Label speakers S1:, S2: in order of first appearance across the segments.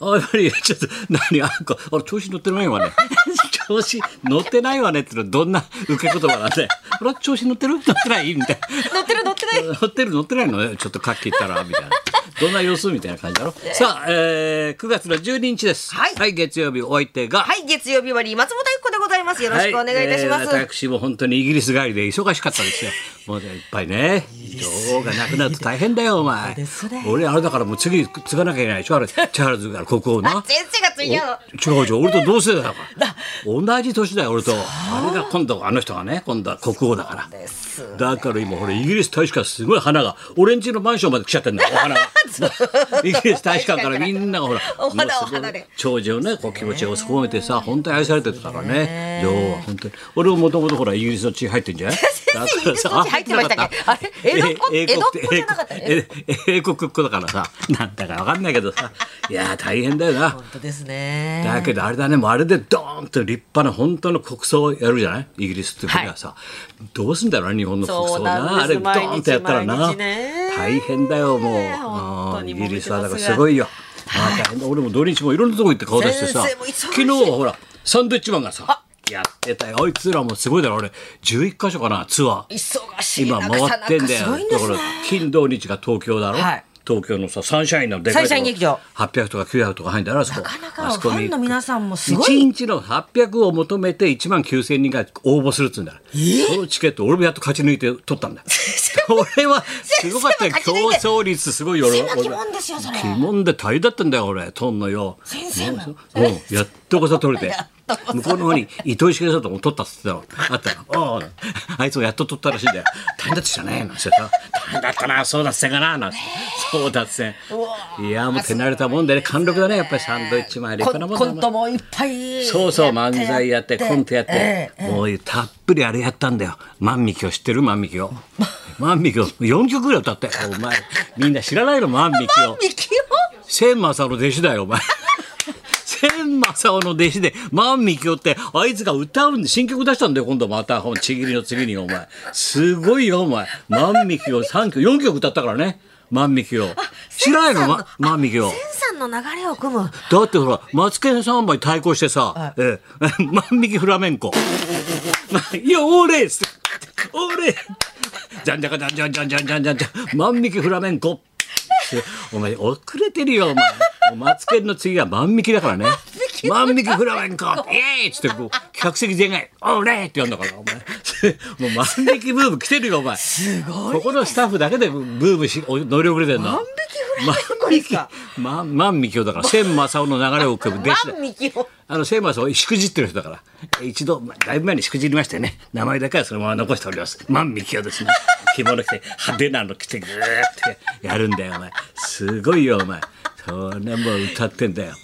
S1: あ、何ちょっと、何あんこ、俺調子乗ってないわね。 調子乗ってないわねってのはどんな受け言葉なんだよ。俺調子乗ってる乗ってないみたい
S2: 乗ってる乗ってない
S1: な。乗ってる乗ってないのね。ちょっとかっき言ったら、みたいな。どんな様子みたいな感じだろ。さあ、えー、9月の12日です。
S2: はい
S1: 月曜日お相手が。
S2: はい月曜日はり松本ゆっ子でございますよろしくお願いいたします、
S1: はえー私も本当にイギリス帰りで忙しかったですよ。もうねいっぱいね、女王が亡くなると大変だよ、お前
S2: ですね。
S1: 俺、あれだからもう次継がなきゃいけないでしょ、あれ、チャールズが国王な
S2: あ。先生がついちゃうの
S1: お違う違う、俺と同世代だから。同じ年だよ、俺と。あれが今度、あの人がね、今度は国王だから。
S2: です
S1: だから今ほらイギリス大使館すごい花が俺ん家のマンションまで来ちゃってんだよお花がイギリス大使館からみんながほら
S2: お花を
S1: もうすごい
S2: 花で
S1: 長寿をねこう気持ちをそこめてさ本当に愛されてたからね女王は本当に俺ももともとほらイギリスの血入ってんじゃないだ
S2: イギリスの血入ってましたっけ
S1: あ入ってなかった
S2: あれ江戸っ子江戸っ子じゃなかったね
S1: 英国英国っ子だからさなんだかわかんないけどさいやー大変だよな
S2: 本当ですね
S1: だけどあれだねもうあれでドーンと立派な本当の国葬をやるじゃないイギリスって国はさ、どうすんだろうね日本の国
S2: そ
S1: 葬
S2: う
S1: な
S2: なん
S1: あ
S2: で
S1: れ
S2: す
S1: ドーンとやったら
S2: 毎
S1: な
S2: 日ね
S1: 大変だよもう、
S2: 本当
S1: うん
S2: に
S1: イ
S2: 揉めてますが
S1: ギリスはだからすごいよ、まあ大変だ俺も土日もいろんなとこ行って顔出してさ
S2: 先生も忙しい
S1: 昨日はほらサンドイッチマンがさやってたよあいつらもすごいだろ俺11箇所かなツアー
S2: 忙しい
S1: 今回ってんだ
S2: なかなかすご
S1: よ
S2: いんで
S1: だ
S2: す
S1: か
S2: ね
S1: ら金土日が東京だろ、
S2: はい
S1: 東京のさサンシャインのでかいとこ
S2: サンシャイン劇場
S1: 800とか900とか入んだよあそこ
S2: なかなか
S1: あそこに
S2: ファンの皆さんもすごい
S1: 1日の800を求めて1万9000人が応募するっつうんだからそのチケット俺もやっと勝ち抜いて取ったんだ よ俺はすごかったよ
S2: 先生
S1: 競
S2: も勝ち抜
S1: 争
S2: いて
S1: 率すごいよ俺
S2: 狭き門ですよそれ
S1: 鬼門で大変だったんだよ俺とんのよ
S2: 先生も
S1: うんうんやっとこそ取れて
S2: やっとこそ
S1: 向こうの方に糸井重里も取ったっつってたのあったら「おうあいつもやっと取ったらしいんだよ大変だったじゃねえ」なんてさ「大変だったなそうだっせんがな」なんてそうだっせんいやもう手慣れたもんでね貫禄だねやっぱりサンドイッチマンは立
S2: コ
S1: 派なも
S2: ン
S1: んだな
S2: コントもいっぱい
S1: そうそう漫才やってコントやって
S2: ええええ
S1: もうたっぷりあれやったんだよ万美京知ってる万美 京万美京4曲ぐらい 歌ってお前みんな知らないの万美京
S2: ミキオ
S1: 千正の弟子だよお 前千正の弟子で万美京ってあいつが歌うんで新曲出したんだよ今度またほんちぎりの次にお前すごいよお 前万美京3曲4曲歌ったからね万美京知らないの、ま、万美京
S2: 千さんの流れを組む
S1: だってほら、マツケンサンバに対抗してさ、ええ、 万引きフラメンコ。 いや、オーレーっす。オーレー。じゃんじゃかじゃんじゃんじゃんじゃんじゃんじゃんじゃん。万引きフラメンコ。 お前、遅れてるよ、お前。マツケンの次は万引きだからね。万引きフラメンコ。イエーイっつってこう、客席全外、オーレーってやんだから、お前。 もう万引きブーム来てるよ、お前。ここのスタッフだけでブームし、お乗り遅れてんの。万
S2: 引きフラメンコですか
S1: ま、万美京だから千正雄の流れを組む弟子だ
S2: 万ミキオ
S1: あの千正雄をしくじってる人だから一度まだいぶ前にしくじりましてね名前だけはそのまま残しております万美京 ですね着物着て派手なの着てグーってやるんだよお前すごいよお前それもう歌ってんだよ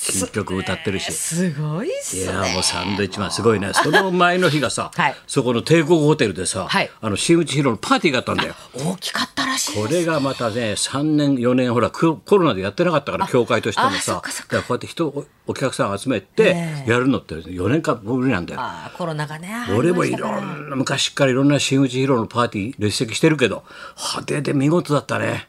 S1: 新曲歌ってるし
S2: すごいっす
S1: いやもうサンドイッチマンすごいねその前の日がさ、
S2: はい
S1: そこの帝国ホテルでさ、
S2: はい
S1: あの新内ヒロのパーティーがあったんだよ
S2: 大きかったらしい
S1: これがまたね3年4年ほらココロナでやってなかったから協会としても
S2: あそっ
S1: さ
S2: か
S1: だ
S2: そっ
S1: からこうやって人をおお客さん集めて
S2: ね
S1: やるのって4年間ぶりなんだよ。
S2: あーコロナがね
S1: 俺もいろ
S2: ありましたから
S1: んな昔からいろんな新内ヒロのパーティー列席してるけど派手で見事だったね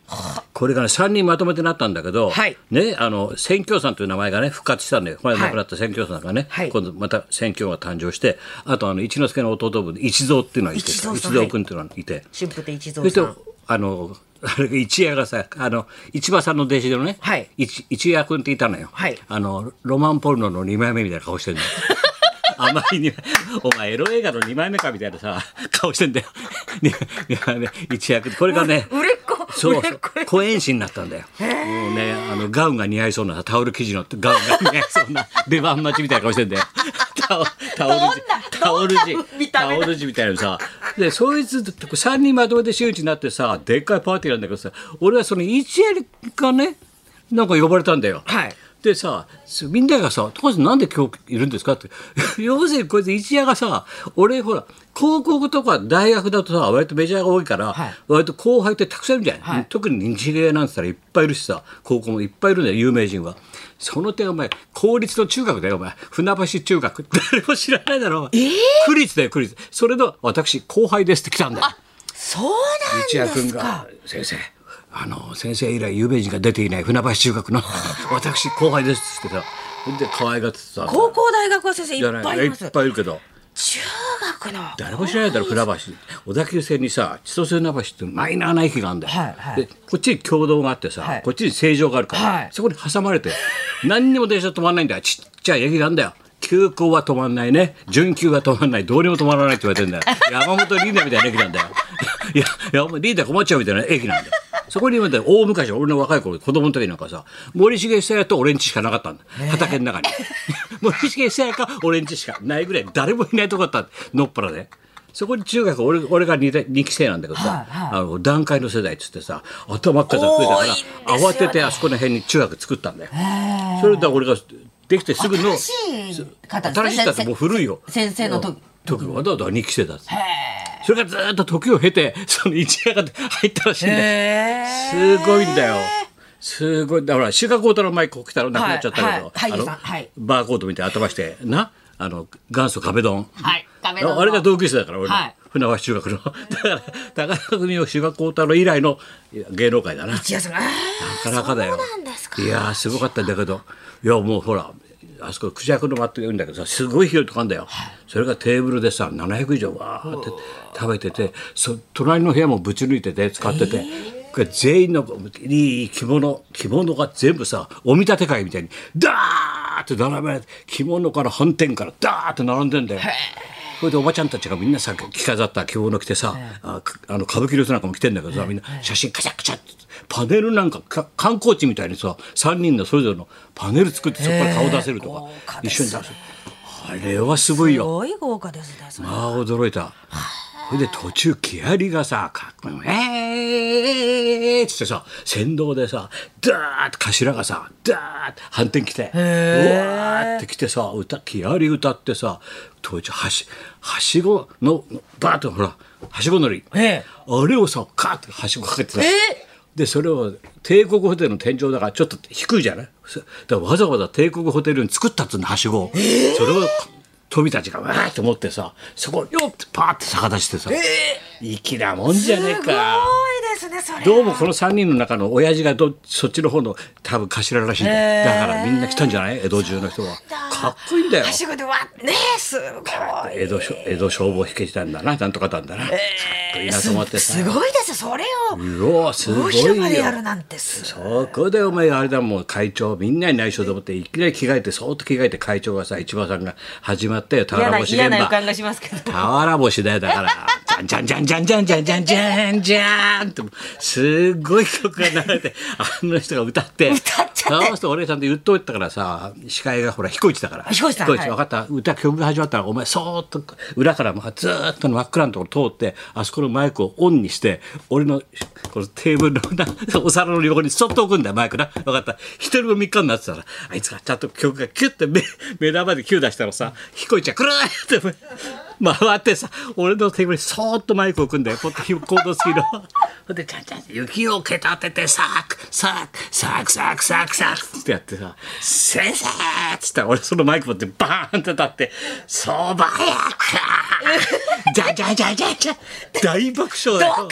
S1: これがね3人まとめてなったんだけど、
S2: はい
S1: ねあの選挙さんという名前がね復活したんだよこの間
S2: はい
S1: 亡くなった選挙さんがね、
S2: はい
S1: 今度また選挙が誕生してあとあの一之輔の弟分で一蔵っていうのがいて
S2: 一
S1: さ
S2: 蔵
S1: 一
S2: さん
S1: 蔵君っていうのがいて。
S2: 春風亭一
S1: そ
S2: 蔵
S1: して
S2: さん
S1: あの あれ一夜がさあの市場さんの弟子でのね、
S2: はい
S1: 一一夜君っていたのよ、
S2: はい
S1: あのロマンポルノの2枚目みたいな顔してるの あまりにお前エロ映画の2枚目かみたいなさ顔してんだよ二枚目一夜君これがね
S2: 売れっ子
S1: そう
S2: 売れっ子
S1: 公演師になったんだよ。もうね、あのガウンが似合いそうなタオル生地のガウンが似合いそうな出番待ちみたいな顔してんだよ。 タオタオル地タオル
S2: どんな
S1: 地
S2: 見た
S1: タ
S2: 目
S1: オ
S2: だ
S1: ル地みたいなさ。でそいつと三人まとめて周知になってさ、でっかいパーティーなんだけどさ、俺はその一夜がね、なんか呼ばれたんだよ。
S2: はい
S1: でさすみんながさ「高橋さんなんで今日いるんですか?」って 要するにこいつ一夜がさ俺ほら広告とか大学だとさ割とメジャーが多いから、
S2: はい
S1: 割と後輩ってたくさんいるじゃん、
S2: はい
S1: 特に日芸なんつったらいっぱいいるしさ高校もいっぱいいるんだよ有名人は。その点お前公立の中学だよお前船橋中学 誰も知らないだろお前、区立だよ区立それの私後輩ですって来たんだよ
S2: そうなん
S1: 内
S2: で
S1: 谷君
S2: すか
S1: が「先生あの先生以来有名人が出ていない船橋中 学の私後輩ですってさで可愛がってさ
S2: 高校大学は先生い
S1: じゃ
S2: っ
S1: な
S2: ぱ
S1: い
S2: い
S1: い
S2: い
S1: っ
S2: ます
S1: ぱいいるけど
S2: 中学の
S1: 誰も知らないだろ船橋小田急線にさ千歳船橋ってマイナーな駅があるんだよ、
S2: はいはい
S1: でこっちに共同があってさ、
S2: はい
S1: こっちに成城があるから、
S2: はい
S1: そこに挟まれて 何にも電車止まんないんだよちっちゃい駅なんだよ急行は止まんないね準急は止まんないどうにも止まらないって言われてんだよ山本リーダーみたいな駅なんだよ いやいやリーダー困っちゃうみたいな駅なんだよそこに今だって大昔俺の若い頃子供の時なんかさ森重久也と俺んちしかなかったんだ、畑の中に 森重久也か俺んちしかないぐらい誰もいないとこだったのっぱらで、そこに中学俺俺が 2, 二期生なんだけどさ、あの段階の世代っつってさ頭っかさ増えたから
S2: 多いんですよね
S1: 慌ててあそこの辺に中学作ったんだよ。それで俺ができてすぐの
S3: 新しい方ですね
S1: 新しいだってもう古いよ。
S3: 先生の時
S1: 時はだだ2期生だっつってそれからずーっと時を経てその一夜が入ったらしいんだよ。すごいんだよ。すごい。だから、修学校太郎前、こう来たらなくなっちゃったけど、
S3: はいはい
S1: あ
S3: はい
S1: の、
S3: はい
S1: バーコードみたいな頭して、な、あの、元祖壁ドン。
S3: はい壁ドンの
S1: ああれが同級生だから、俺の、
S3: はい
S1: 船橋中学の。だから、高田組を修学校太郎以来の芸能界だな。な
S2: 一夜さんあー
S1: かなかだよ。
S2: そうなんですか
S1: いやー、すごかったんだけど、いや、もうほら、あそこ、クジャクの間って言うんだけどさ、すごい広いとこあんだよ。それがテーブルでさ、700以上わーって食べてて、そ隣の部屋もぶち抜いてて、使ってて。これ全員のいい着物着物が全部さお見立て会みたいにダーって並べられて着物から反転からダーって並んでんだよ。それでおばちゃんたちがみんなさ着飾った着物着てさ、あくあの歌舞伎の人なんかも着てんだけどさみんな写真カチャカチャってパネルなんかか観光地みたいにさ3人のそれぞれのパネル作ってそこから顔出せるとか、一緒に出すあれはすごい
S2: す
S1: よ。
S2: ごい豪華ですねそれ
S1: ああ驚いた。それで途中木遣りがさ「かっこいいえーっつってさ先導でさダーッと頭がさダーッと反転来てうわーって来てさ歌木遣り歌ってさ途中はしはしごのバーッとほらはしご乗り、
S3: ええ
S1: あれをさカーッとはしごかけてさ、でそれを帝国ホテルの天井だからちょっと低いじゃないそだからわざわざ帝国ホテルに作ったっつうんだはしごを、それを飛びたちがわーって持ってさそこをよってパーって逆立ちしてさ、粋なもんじゃねえ
S2: すごい
S1: か。
S2: ですねそれ
S1: どうもこの3人の中の親父がどそっちの方の多分頭らしいんだよだからみんな来たんじゃない江戸中の人はかっこいいんだよ
S2: はしごでわねえすごい
S1: 江戸しょ江戸消防引けしたんだななんとかだんだな、かっこいいなと思ってさ
S2: すごいですそれを
S1: うわすご
S2: 大
S1: いよ
S2: 広場でやるなんてす
S1: そこでお前あれだもん会長みんなに内緒と思っていきなり着替えてそーっと着替えて会長がさ市場さんが始まったよ俵
S3: 嫌な
S1: 星
S3: 嫌
S1: 現
S3: な予
S1: 場
S3: 感がしますけど
S1: 俵星だよだからじゃんじゃんじゃんじゃんじゃんじゃんじゃんじゃんってすごい曲が流れてあの人が歌って
S3: 歌っちゃって
S1: そうすると俺さんと言っといたからさ司会がほら彦一だから
S3: 彦一さん
S1: 彦一
S3: はい
S1: 分かった歌曲が始まったらお前そーっと裏からまあずーっと真っ暗なところ通ってあそこのマイクをオンにして俺のこのテーブルのなお皿の横にそっと置くんだよマイクな分かった一人も三日になってたらあいつがちゃんと曲がキュッて目目玉でキュッ出したらさ彦一がくるーって回ってさ俺のテーブルにそーっとマイクを置くんだよこうやってコード付きの。ほんでちゃんちゃん雪を蹴立ててサークサークサークサークサークサークってやってさ「先生!」っつったら俺そのマイク持ってバーンって立って「そばやか!」じゃじゃじゃじゃじゃ大爆笑だよ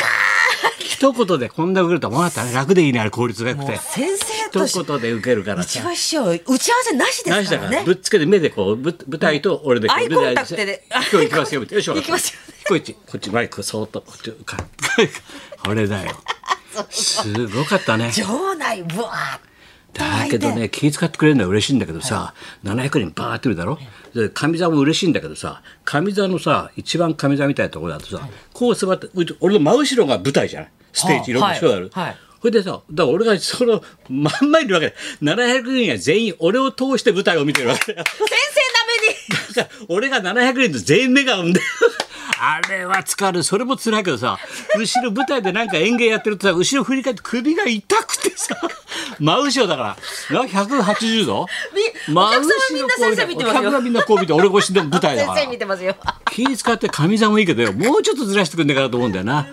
S1: 一言でこんな受けるとは思わなかったね楽でいいねあれ効率が良くて
S3: 先生とし
S1: 一言で受けるから
S3: 一
S1: さ
S3: 番師匠打ち合わせなしで
S1: 何
S3: す
S1: した
S3: か
S1: からら
S3: ね
S1: ぶっつけて目でこうぶ舞台と俺でこう
S3: アイコンタクトで
S1: 今日行きますよみたいなよしわ
S3: 行
S1: かった
S3: きますよ
S1: 彦一こっちマイクそーっとこっちかこ れだよすごかったね
S3: 場内ブワーッと
S1: だ
S3: 湧い
S1: け
S3: て
S1: どね気遣ってくれるのは嬉しいんだけどさ、700人バーって見るだろで上座も嬉しいんだけどさ上座のさ一番上座みたいなところだとさ、こう座ってうち俺の真後ろが舞台じゃないステー
S3: は
S1: ジ
S3: あ
S1: いろんな人がある。
S3: はいはい
S1: それでさだから俺がその真ん前にいるわけで700人は全員俺を通して舞台を見てるわけだよ
S3: 先生な
S1: だから 俺が700人と全員目が合うんだよ。あれは疲れるそれも辛いけどさ後ろ舞台でなんか演芸やってるとさ後ろ振り返って首が痛くてさ 真後ろだからな180度
S3: みお客様みんな先生見てますよ
S1: お客がみんなこう見て俺越しで舞台
S3: め
S1: だ
S3: に
S1: か
S3: 先
S1: ら
S3: 生見てますよ
S1: 気使って上座もいいけどよもうちょっとずらしてくんねえかなと思うんだ よな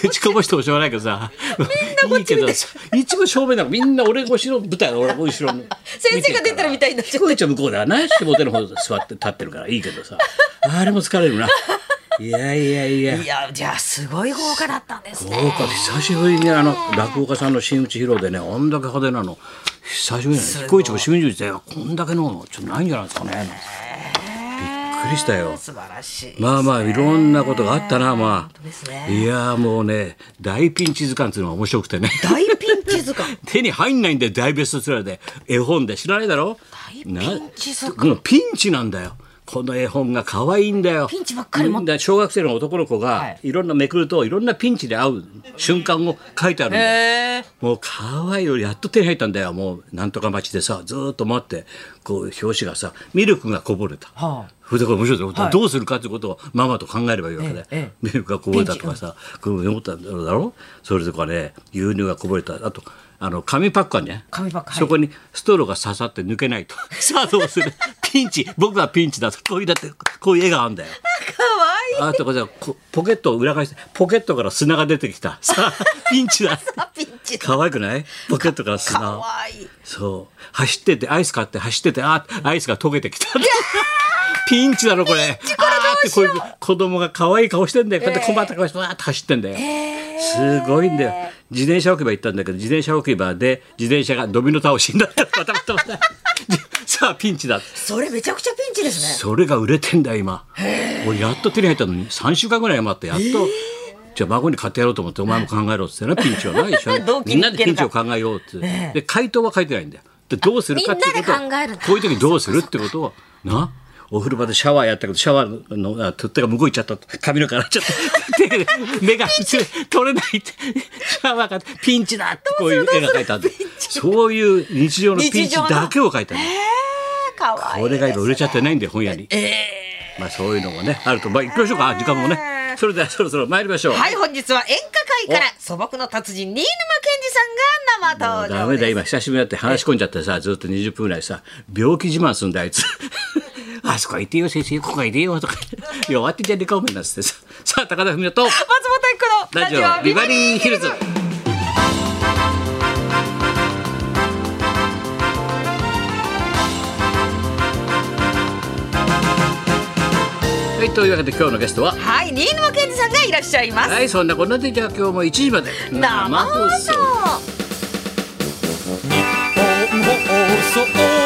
S1: 口こぼしてもしょうがないけどさみんなこっちいいけど一応正面だからみんな俺越しの舞台俺後ろ の
S3: 先生が出たらみたいになっちゃ
S1: 聞こえちゃう向こうだな下手の方座って立ってるからいいけどさあれも疲れるないやいやいや
S3: いやじゃあすごい豪華だったんですね
S1: 豪華久しぶりにあの落語家さんの真打ち披露でねあんだけ派手なの久しぶりなの彦一も清水でこんだけのちょっとないんじゃないですかねなんてびっくりしたよ
S3: 素晴らしいですね
S1: まあまあいろんなことがあったなま
S3: 本当ですね
S1: あいやーもうね大ピンチ図鑑っていうのが面白くてね
S3: 大ピンチ図 鑑
S1: 手に入んないんだよ大ベストセラーで絵本で知らないだろ
S3: 大ピンチ図
S1: なうんピンチなんだよこの絵本が可愛いんだよ
S3: ピンチばっかり持って
S1: みんな小学生の男の子
S3: は
S1: が
S3: い
S1: いろんなめくるといろんなピンチで会う瞬間を書いてあるんだよ、
S3: え
S1: もう可愛いよやっと手に入ったんだよもうなんとか待ちでさずーっと待ってこう表紙がさミルクがこぼれた、
S3: はあ
S1: それでこれ面白い、
S3: はい
S1: どうするかってことをママと考えればいいわけで、
S3: ええ
S1: ミルクがこぼれたとかさこう思ったんだろうそれとかね牛乳がこぼれたあとあの紙パックあるね
S3: 紙パックはい
S1: そこにストローが刺さって抜けないと さあどうするピンチ僕はピンチだとこういうだってこういう絵があるんだよ
S3: かわいい
S1: あとこれさこポケットを裏返してポケットから砂が出てきたさあピンチだ
S3: あピンチだ
S1: 可愛くないポケットから
S3: か
S1: 砂
S3: わいい
S1: そう走っててアイス買って走っててあアイスが溶けてきたピンチだろこれあーってこういう子供が可愛い顔してんだよこうやって困った顔してわーって走ってんだよ、すごいんだよ自転車置き場行ったんだけど自転車置き場で自転車がドミノ倒しになった バタバタバタさあピンチだ
S3: それめちゃくちゃピンチですね
S1: それが売れてんだよ今俺やっと手に入ったのに3週間ぐらい待ってやっと、じゃあ孫に買ってやろうと思ってお前も考えろっつってなピンチはないでしょ
S3: 同期
S1: みんなでピンチ
S3: い
S1: を
S3: け
S1: 考えようって、で回答は書いてないんだよでどうするかっていうこと
S3: みんなで考えるんだ
S1: こういう時どうするってことをなお風呂場でシャワーやったけどシャワーのあ取っ手が向こう行っちゃったと髪の毛洗っち ゃった手で目が普通取れないってシャワーがピンチだってこういう絵が描いてあるんだよそういう日常のピンチだけを描 いてある
S3: かわいい
S1: これが今売れちゃってないんで本屋に。まあそういうのもねあるとまあ行きましょうか時間もね。それではそろそろ参りましょう。
S3: はい本日は演歌界から素朴の達人新沼謙治さんが生登場です
S1: ダメだ今久しぶりだって話し込んじゃってさずっと20分ぐらいさ病気自慢すんだあい つあそこ行ってよ先生ここ行ってよとか弱ってんじゃねえかおめえなんつってささあ高田文夫と
S3: 松本彦の
S1: ラジオビバリーヒルズはいというわけで今日のゲストは
S3: はい新沼謙治さんがいらっしゃいます、
S1: はいそんなこんなでじゃあ今日も1時まで
S3: 生放送
S1: 放送